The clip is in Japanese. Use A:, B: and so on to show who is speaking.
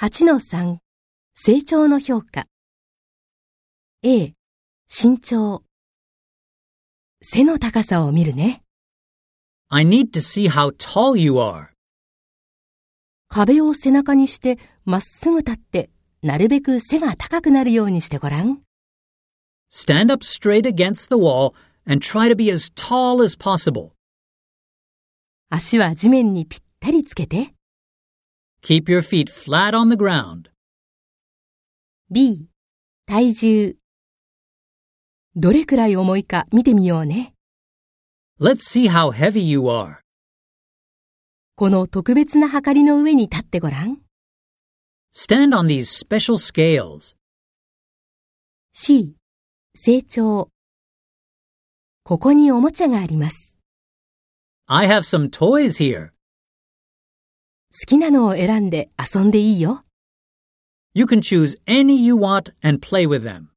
A: 8-3成長の評価 A 身長背の高さを見るね。
B: I need to see how tall you are.
A: 壁を背中にしてまっすぐ立って、なるべく背が高くなるようにしてごらん。
B: Stand up straight against the wall and try to be as tall as possible.
A: 足は地面にぴったりつけて。
B: Keep your feet flat on the ground.
A: B 体重どれくらい重いか見てみようね。
B: Let's see how heavy you are.
A: この特別な測りの上に立ってごらん。
B: Stand on these special scales.
A: C 成長ここにおもちゃがあります。
B: I have some toys here.
A: 好きなのを選んで遊んでいいよ。
B: You can choose any you want and play with them.